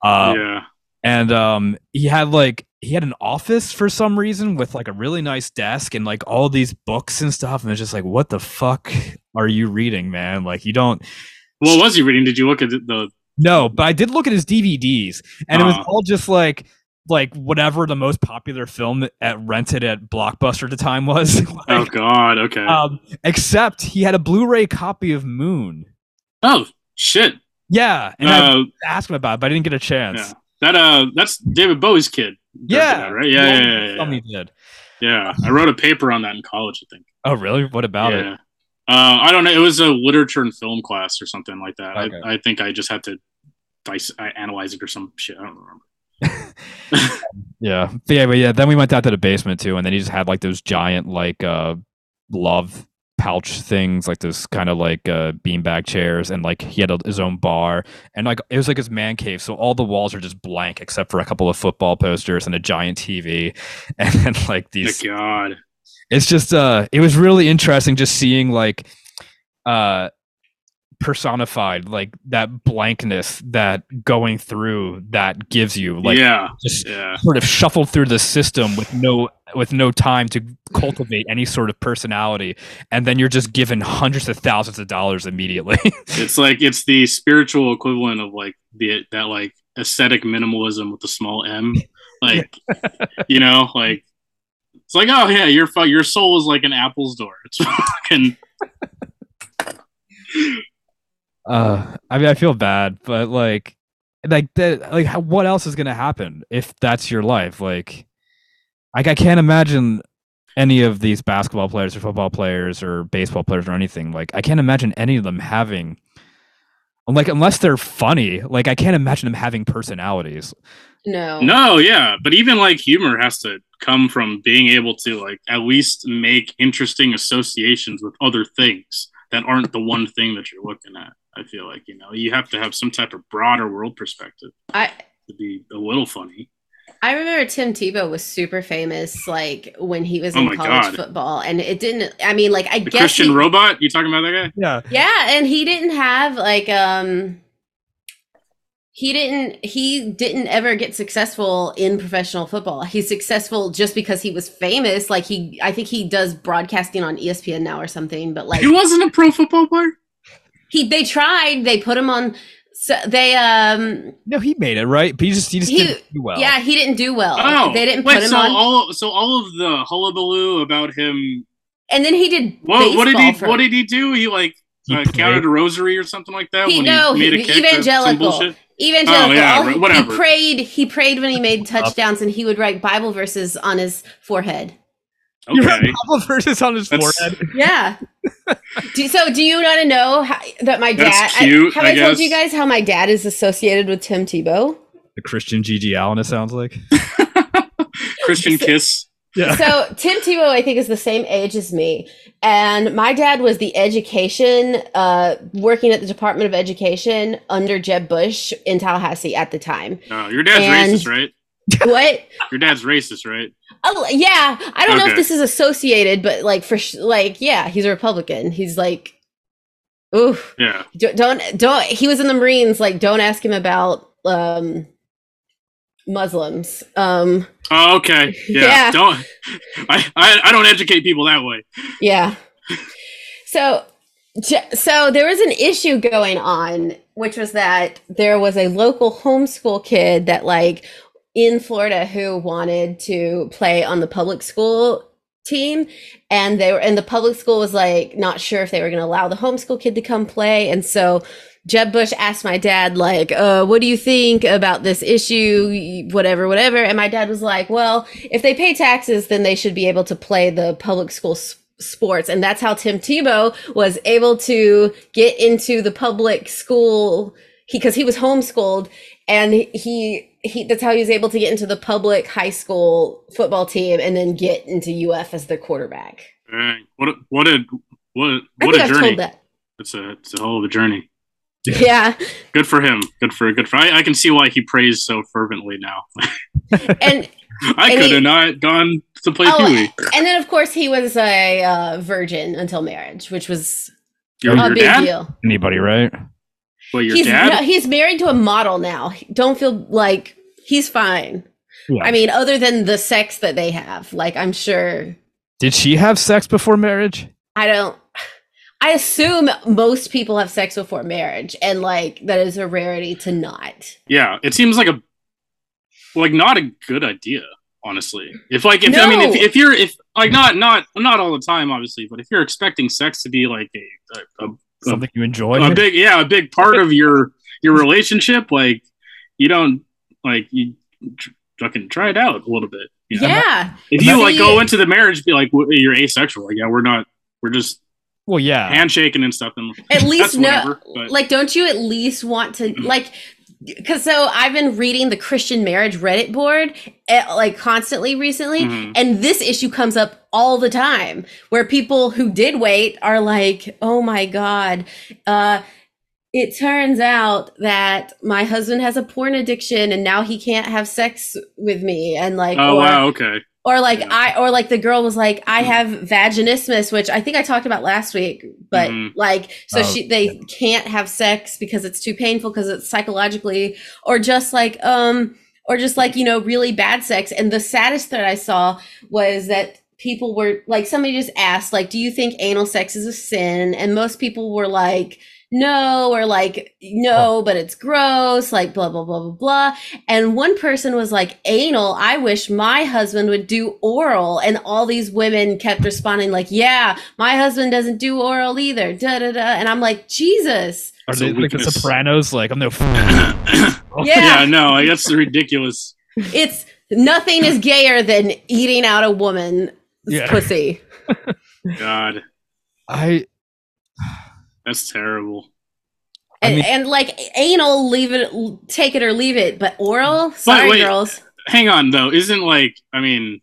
Speaker 4: uh
Speaker 2: yeah.
Speaker 4: and um he had like he had an office for some reason with like a really nice desk and like all these books and stuff and it's just like what the fuck are you reading man like you don't
Speaker 2: What was he reading? Did you look at the? the
Speaker 4: know but i did look at his dvds and it
Speaker 2: Uh-huh.
Speaker 4: was all just like like whatever the most popular film at rented at blockbuster at the time was
Speaker 2: oh
Speaker 4: Like,
Speaker 2: God. Okay.
Speaker 4: um except he had a blu-ray copy of moon
Speaker 2: oh shit.
Speaker 4: yeah and i
Speaker 2: Uh,
Speaker 4: asked him about it but i didn't get a chance
Speaker 2: that uh, that's David Bowie's kid. does
Speaker 4: yeah,
Speaker 2: that, right. Yeah, yeah, yeah, yeah,
Speaker 4: Tell me you did.
Speaker 2: Yeah, I wrote a paper on that in college, I think.
Speaker 4: oh really what about it
Speaker 2: yeah. Uh, I don't know. It was a literature and film class or something like that.
Speaker 4: Okay.
Speaker 2: I, I think I just had to dice, I analyze it or some shit. I don't remember.
Speaker 4: Yeah. But yeah, but yeah, then we went out to the basement too, and then he just had like those giant like uh love pouch things, like those kind of like uh beanbag chairs, and like he had a, his own bar, and like it was like his man cave, so all the walls are just blank except for a couple of football posters and a giant TV, and then like these
Speaker 2: Thank God.
Speaker 4: it's just uh it was really interesting just seeing like uh personified like that blankness that going through that gives you like
Speaker 2: yeah,
Speaker 4: just
Speaker 2: yeah.
Speaker 4: sort of shuffled through the system with no with no time to cultivate any sort of personality and then you're just given hundreds of thousands of dollars immediately
Speaker 2: It's like it's the spiritual equivalent of like the that like aesthetic minimalism with the small m. Like, you know, like it's like oh yeah, your fu- your soul is like an apple's door. It's fucking
Speaker 5: Uh, I mean, I feel bad, but like, like that, like, how, what else is gonna happen if that's your life? Like, like I can't imagine any of these basketball players or football players or baseball players or anything. Like, I can't imagine any of them having, like, unless they're funny. Like, I can't imagine them having personalities.
Speaker 1: No.
Speaker 2: No, yeah, but even like humor has to come from being able to like at least make interesting associations with other things that aren't the one thing that you're looking at. I feel like you know you have to have some type of broader world perspective
Speaker 1: I
Speaker 2: to be a little funny.
Speaker 1: I remember Tim Tebow was super famous like when he was
Speaker 2: Oh
Speaker 1: in
Speaker 2: my
Speaker 1: college
Speaker 2: God.
Speaker 1: football and it didn't I mean like I
Speaker 2: The
Speaker 1: guess
Speaker 2: Christian
Speaker 1: he-
Speaker 2: robot, you talking about that guy?
Speaker 3: Yeah.
Speaker 1: Yeah, and he didn't have like um he didn't he didn't ever get successful in professional football. He's successful just because he was famous. Like he I think he does broadcasting on E ESPN now or something, but like
Speaker 2: He wasn't a pro football player.
Speaker 1: he they tried, they put him on so they um
Speaker 5: No, he made it right. But he just he just
Speaker 1: He-
Speaker 5: didn't do well.
Speaker 2: Uh,
Speaker 1: yeah, he didn't do well.
Speaker 2: Oh,
Speaker 1: they didn't
Speaker 2: wait,
Speaker 1: put him
Speaker 2: so
Speaker 1: on.
Speaker 2: all so all of the hullabaloo about him.
Speaker 1: and then he did
Speaker 2: What, what did
Speaker 1: baseball
Speaker 2: he?
Speaker 1: for-
Speaker 2: What did he do? He like
Speaker 5: He
Speaker 2: uh,
Speaker 5: played-
Speaker 2: counted a rosary or something like that.
Speaker 1: He- no, he-
Speaker 2: kick or some
Speaker 1: evangelical.
Speaker 2: bullshit?
Speaker 1: evangelical.
Speaker 2: Oh, yeah,
Speaker 1: all-
Speaker 2: right,
Speaker 1: he
Speaker 2: whatever.
Speaker 1: prayed he prayed when he made touchdowns and he would write Bible verses on his forehead.
Speaker 5: You're
Speaker 2: Okay.
Speaker 5: Apple versus on his
Speaker 2: That's-
Speaker 5: forehead.
Speaker 1: Yeah. do, so, do you want to know how, that my
Speaker 2: That's
Speaker 1: dad?
Speaker 2: cute,
Speaker 1: I, have
Speaker 2: I
Speaker 1: I, told
Speaker 2: guess.
Speaker 1: you guys how my dad is associated with Tim Tebow?
Speaker 5: The Christian GG Allen. It sounds like.
Speaker 2: Christian kiss.
Speaker 5: Yeah.
Speaker 1: So, Tim Tebow, I think, is the same age as me, and my dad was the education, uh, working at the Department of Education under Jeb Bush in Tallahassee at the time.
Speaker 2: No, your dad's
Speaker 1: And-
Speaker 2: racist, right?
Speaker 1: what?
Speaker 2: Your dad's racist, right?
Speaker 1: Oh, yeah. I don't know if
Speaker 2: Okay.
Speaker 1: this is associated, but like for sh- like, yeah, he's a Republican. He's like, oof.
Speaker 2: Yeah.
Speaker 1: don't don't, don't he was in the marines like don't ask him about um muslims um
Speaker 2: Oh, okay. Yeah.
Speaker 1: Yeah.
Speaker 2: Don't. I, I I don't educate people that way.
Speaker 1: yeah so j- so there was an issue going on which was that there was a local homeschool kid that like in florida who wanted to play on the public school team and they were and the public school was like not sure if they were going to allow the homeschool kid to come play and so Jeb Bush asked my dad, like, uh, what do you think about this issue? Whatever, whatever. And my dad was like, well, if they pay taxes, then they should be able to play the public school s- sports. And that's how Tim Tebow was able to get into the public school because he, was homeschooled and he, he, that's how he was able to get into the public high school football team and then get into UF as their quarterback.
Speaker 2: Dang. What a, what a what a,
Speaker 1: I
Speaker 2: what a
Speaker 1: think I've
Speaker 2: journey.
Speaker 1: told that.
Speaker 2: It's a it's a whole of a journey.
Speaker 1: yeah.
Speaker 2: Good for him. Good for good for. I, I can see why he prays so fervently now.
Speaker 1: And
Speaker 2: I
Speaker 1: And
Speaker 2: could
Speaker 1: he-
Speaker 2: have not gone to play
Speaker 1: Oh,
Speaker 2: Pee Wee.
Speaker 1: and then of course he was a uh, virgin until marriage, which was
Speaker 2: Your,
Speaker 1: a
Speaker 2: your
Speaker 1: big
Speaker 2: dad?
Speaker 1: deal.
Speaker 5: Anybody, right?
Speaker 2: Well, your
Speaker 1: Oh, he's
Speaker 2: dad?
Speaker 1: no, he's married to a model now. Don't feel like he's fine.
Speaker 5: Yeah.
Speaker 1: I mean, other than the sex that they have, like I'm sure
Speaker 5: Did she have sex before marriage?
Speaker 1: I don't. I assume most people have sex before marriage, and like that is a rarity to not.
Speaker 2: Yeah. It seems like a like not a good idea, honestly. If like if I mean if,
Speaker 1: No.
Speaker 2: if you're if like not not not all the time, obviously, but if you're expecting sex to be like a, a, a
Speaker 5: Something you enjoy?
Speaker 2: a Um, big yeah a big part of your your relationship like you don't like you tr- fucking try it out a little bit you know?
Speaker 1: yeah,
Speaker 2: if you like
Speaker 1: See-
Speaker 2: go into the marriage be like w- you're asexual like yeah we're not we're just
Speaker 5: well, yeah.
Speaker 2: handshaking and stuff and
Speaker 1: at least
Speaker 2: that's
Speaker 1: no.
Speaker 2: whatever, but- Mm-hmm.
Speaker 1: like don't you at least want to like because so i've been reading the christian marriage reddit board eh, like constantly recently
Speaker 2: Mhm.
Speaker 1: and this issue comes up all the time where people who did wait are like oh my god uh it turns out that my husband has a porn addiction and now he can't have sex with me and like
Speaker 2: oh
Speaker 1: or-
Speaker 2: wow okay
Speaker 1: or like
Speaker 2: Yeah.
Speaker 1: I or like the girl was like I
Speaker 2: Mhm.
Speaker 1: have vaginismus, which I think I talked about last week, but
Speaker 2: Mhm.
Speaker 1: like so
Speaker 5: Oh,
Speaker 1: she they can't have sex because it's too painful because it's psychologically or just like um or just like you know really bad sex. And the saddest thread I saw was that people were like somebody just asked like do you think anal sex is a sin and most people were like no, or like, no, but it's gross, like blah, blah, blah, blah, blah. And one person was like, anal, I wish my husband would do oral. And all these women kept responding, like, yeah, my husband doesn't do oral either. Da da da. And I'm like, Jesus.
Speaker 4: Are
Speaker 2: It's a
Speaker 4: they like the
Speaker 2: weakness.
Speaker 4: Sopranos? Like I'm no.
Speaker 1: Yeah.
Speaker 2: yeah, no, I that's ridiculous.
Speaker 1: It's nothing is gayer than eating out a woman's
Speaker 4: Yeah.
Speaker 1: pussy.
Speaker 2: God,
Speaker 4: I
Speaker 2: that's terrible.
Speaker 4: I
Speaker 1: And,
Speaker 4: mean-
Speaker 1: and like anal, leave it, take it or leave it, but oral, sorry,
Speaker 2: wait.
Speaker 1: girls.
Speaker 2: Hang on though, isn't like I mean,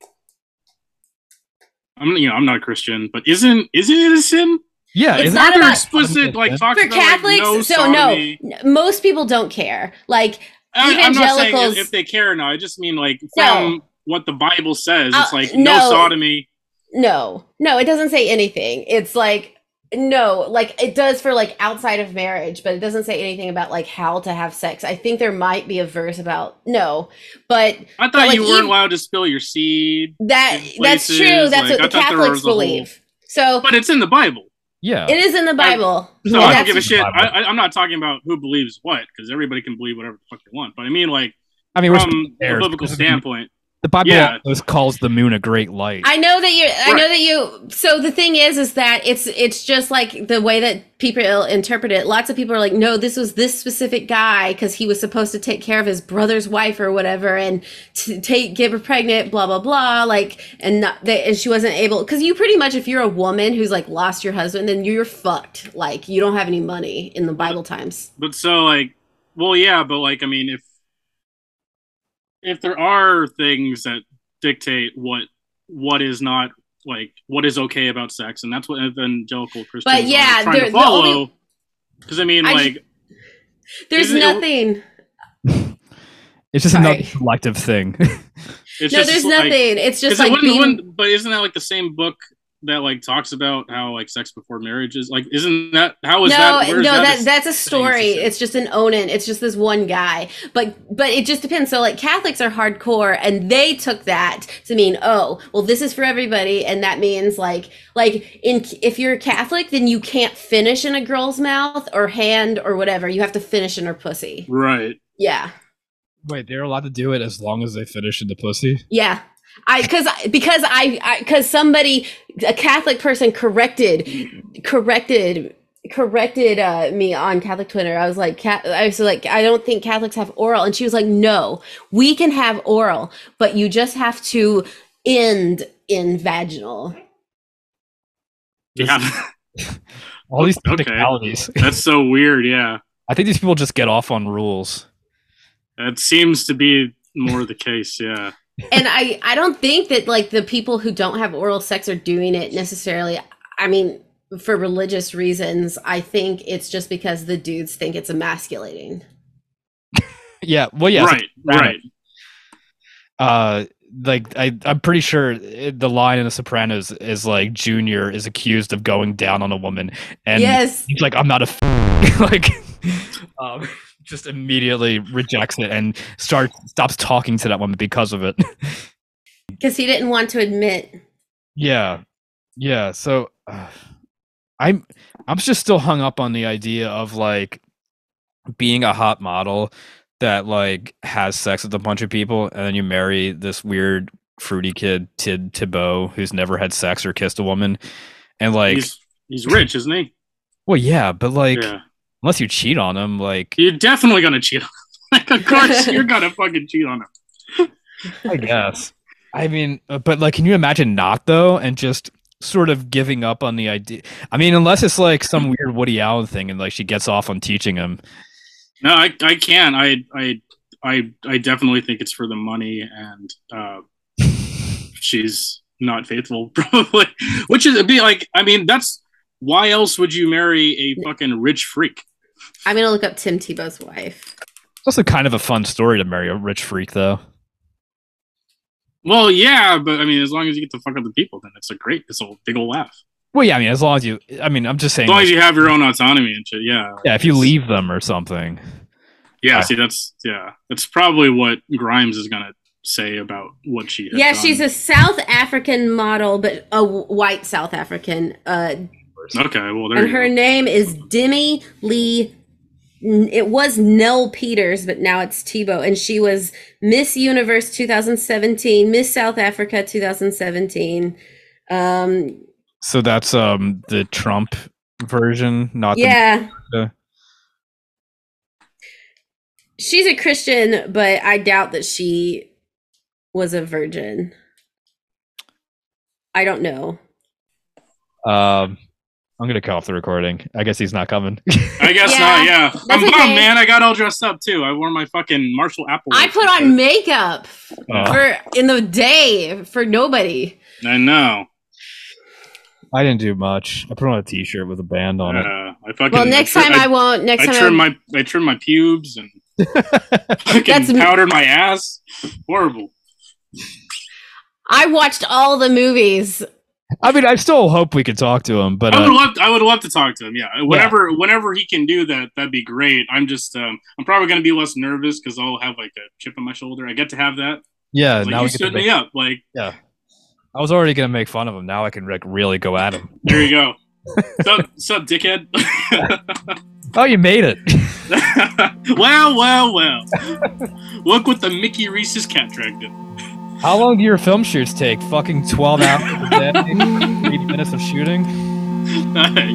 Speaker 2: I'm you know I'm not a Christian, but isn't isn't it a sin?
Speaker 4: yeah.
Speaker 1: It's
Speaker 4: is-
Speaker 1: not
Speaker 2: Other
Speaker 1: about-
Speaker 2: explicit like talks
Speaker 1: For
Speaker 2: about, like,
Speaker 1: Catholics,
Speaker 2: no
Speaker 1: so no,
Speaker 2: sodomy.
Speaker 1: n- most people don't care. Like,
Speaker 2: I, I'm not saying
Speaker 1: Evangelicals-
Speaker 2: if- if they care or not. I just mean like from
Speaker 1: No.
Speaker 2: what the Bible says.
Speaker 1: Uh,
Speaker 2: It's like no,
Speaker 1: no.
Speaker 2: sodomy.
Speaker 1: no, no, it doesn't say anything. It's like, no, like it does for like outside of marriage, but it doesn't say anything about like how to have sex. I think there might be a verse about no, but
Speaker 2: I thought
Speaker 1: But, like,
Speaker 2: you weren't
Speaker 1: even-
Speaker 2: allowed to spill your seed,
Speaker 1: that
Speaker 2: In
Speaker 1: that's
Speaker 2: places,
Speaker 1: true. That's
Speaker 2: like, I
Speaker 1: what the
Speaker 2: thought there
Speaker 1: Catholics
Speaker 2: was a whole-
Speaker 1: believe. So
Speaker 2: but it's in the Bible.
Speaker 4: yeah.
Speaker 1: it is in the Bible.
Speaker 2: So
Speaker 1: And
Speaker 2: I
Speaker 1: that's-
Speaker 2: don't give a shit.
Speaker 4: Bible.
Speaker 2: I, I, I'm not talking about who believes what, because everybody can believe whatever the fuck they want. But I mean, like
Speaker 4: I mean, we're
Speaker 2: from a
Speaker 4: there.
Speaker 2: biblical standpoint,
Speaker 4: the Bible
Speaker 2: Um, Yeah.
Speaker 4: always calls the moon a great light.
Speaker 1: I know that you. I know
Speaker 2: Right.
Speaker 1: that you. So the thing is, is that it's it's just like the way that people interpret it. Lots of people are like, no, this was this specific guy because he was supposed to take care of his brother's wife or whatever, and to take get her pregnant, blah blah blah. Like, and not that, and she wasn't able because you pretty much, if you're a woman who's like lost your husband, then you're fucked. Like, you don't have any money in the Bible times.
Speaker 2: but so like, well, yeah, but like, I mean, if if there are things that dictate what what is not like what is okay about sex, and that's what evangelical Christians
Speaker 1: But yeah,
Speaker 2: are trying
Speaker 1: they're-
Speaker 2: to
Speaker 1: the only-
Speaker 2: follow. Because I mean,
Speaker 1: I
Speaker 2: like,
Speaker 1: There's
Speaker 2: Isn't it-
Speaker 1: nothing.
Speaker 4: it's just
Speaker 1: Sorry.
Speaker 4: another collective thing.
Speaker 2: it's
Speaker 1: no,
Speaker 2: just
Speaker 1: there's
Speaker 2: like,
Speaker 1: nothing. It's just
Speaker 2: Because
Speaker 1: like
Speaker 2: it wouldn't,
Speaker 1: being.
Speaker 2: wouldn't- but isn't that like the same book that like talks about how like sex before marriage is like isn't that how is
Speaker 1: no,
Speaker 2: that where
Speaker 1: no,
Speaker 2: is
Speaker 1: that,
Speaker 2: a-
Speaker 1: that's a story.
Speaker 2: it's
Speaker 1: It's just
Speaker 2: just-
Speaker 1: an Onan. It's just this one guy. But but it just depends. So like Catholics are hardcore, and they took that to mean oh well this is for everybody, and that means like like in if you're a Catholic then you can't finish in a girl's mouth or hand or whatever. You have to finish in her pussy.
Speaker 2: right
Speaker 1: Yeah,
Speaker 4: Wait, they're allowed to do it as long as they finish in the pussy.
Speaker 1: yeah. I because because I because somebody a Catholic person corrected corrected corrected uh, me on Catholic Twitter. I was like, Ca- I was like, I don't think Catholics have oral, and she was like, No, we can have oral, but you just have to end in vaginal.
Speaker 2: yeah
Speaker 4: All these
Speaker 2: Okay.
Speaker 4: technicalities.
Speaker 2: that's so weird yeah
Speaker 4: I think these people just get off on rules.
Speaker 2: that seems to be more the case yeah
Speaker 1: and I, I don't think that like the people who don't have oral sex are doing it necessarily. I mean, for religious reasons, I think it's just because the dudes think it's emasculating.
Speaker 4: Yeah. Well, yeah. so-
Speaker 2: right right
Speaker 4: uh like I, I'm pretty sure it- the line in The Sopranos is like Junior is accused of going down on a woman, and
Speaker 1: yes.
Speaker 4: he's like, "I'm not a f-. like," um, just immediately rejects it and starts stops talking to that woman because of it.
Speaker 1: because he didn't want to admit.
Speaker 4: yeah, yeah. So uh, I'm I'm just still hung up on the idea of like being a hot model that like has sex with a bunch of people, and then you marry this weird fruity kid Tid Thibault who's never had sex or kissed a woman, and like,
Speaker 2: he's he's rich isn't he
Speaker 4: well, yeah, but like
Speaker 2: yeah
Speaker 4: unless you cheat on him, like
Speaker 2: you're definitely gonna cheat on like of course you're gonna fucking cheat on him
Speaker 4: I guess. I mean, uh, but like, can you imagine not though, and just sort of giving up on the idea? I mean, unless it's like some weird Woody Allen thing, and like she gets off on teaching him.
Speaker 2: no I I can I I I I definitely think it's for the money and uh she's not faithful probably which is it'd be like i mean that's why else would you marry a fucking rich freak
Speaker 1: I'm gonna look up Tim Tebow's wife.
Speaker 4: It's also kind of a fun story to marry a rich freak, though.
Speaker 2: well yeah but i mean as long as you get to fuck other people then it's a great it's a big ol' laugh
Speaker 4: Well, yeah, I mean, as long as you, I mean, I'm just saying,
Speaker 2: as long
Speaker 4: like,
Speaker 2: as you have your own autonomy and shit yeah
Speaker 4: yeah, if you leave them or something.
Speaker 2: yeah see that's yeah that's probably what grimes is gonna say about what she had
Speaker 1: Yeah,
Speaker 2: done.
Speaker 1: she's a South African model, but a w- white South African. Uh,
Speaker 2: Okay, well there
Speaker 1: and
Speaker 2: you
Speaker 1: her
Speaker 2: go.
Speaker 1: name is Demi Lee. N- It was Nell Peters, but now it's Tebow, and she was Miss Universe 2017, Miss South Africa 2017. Um,
Speaker 4: So that's um the Trump version, not
Speaker 1: yeah,
Speaker 4: the
Speaker 1: she's a Christian, but I doubt that she was a virgin. I don't know.
Speaker 4: the. Um, I'm gonna cut off the recording. I guess he's not coming.
Speaker 2: I guess
Speaker 1: Yeah,
Speaker 2: not. Yeah, I'm
Speaker 1: okay.
Speaker 2: bummed, man. I got all dressed up too. I wore my fucking Marshall Apple.
Speaker 1: I put on makeup
Speaker 2: Oh.
Speaker 4: Uh,
Speaker 1: for in the day for nobody.
Speaker 2: I know.
Speaker 4: I didn't do much. I put on a T-shirt with a band on
Speaker 2: Uh,
Speaker 4: it.
Speaker 2: I fucking.
Speaker 1: Well, next
Speaker 2: I,
Speaker 1: time I won't. Next
Speaker 2: I,
Speaker 1: time I
Speaker 2: trimmed my I trimmed my pubes and fucking
Speaker 1: That's-
Speaker 2: powdered my ass. Horrible.
Speaker 1: I watched all the movies.
Speaker 4: I mean, I still hope we could talk to him, but
Speaker 2: I would
Speaker 4: uh,
Speaker 2: love I would love to talk to him. Yeah, whenever whenever he can do that, that'd be great. I'm just um, I'm probably gonna be less nervous because I'll have like a chip on my shoulder. I get to have that.
Speaker 4: yeah,
Speaker 2: Like,
Speaker 4: Uh, now
Speaker 2: you
Speaker 4: we get to
Speaker 2: stood
Speaker 4: make-
Speaker 2: me up. Like
Speaker 4: I was already gonna make fun of him. Now I can like really go at him.
Speaker 2: there you go. sup, sup, dickhead.
Speaker 4: Oh, you made it.
Speaker 2: well, well, well. Look what the Mickey Reese's cat dragged in.
Speaker 4: How long do your film shoots take? Fucking twelve hours, a day? eighty minutes of shooting.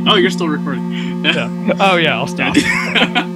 Speaker 2: oh, you're still recording.
Speaker 4: Oh yeah, I'll stop.
Speaker 2: Yeah.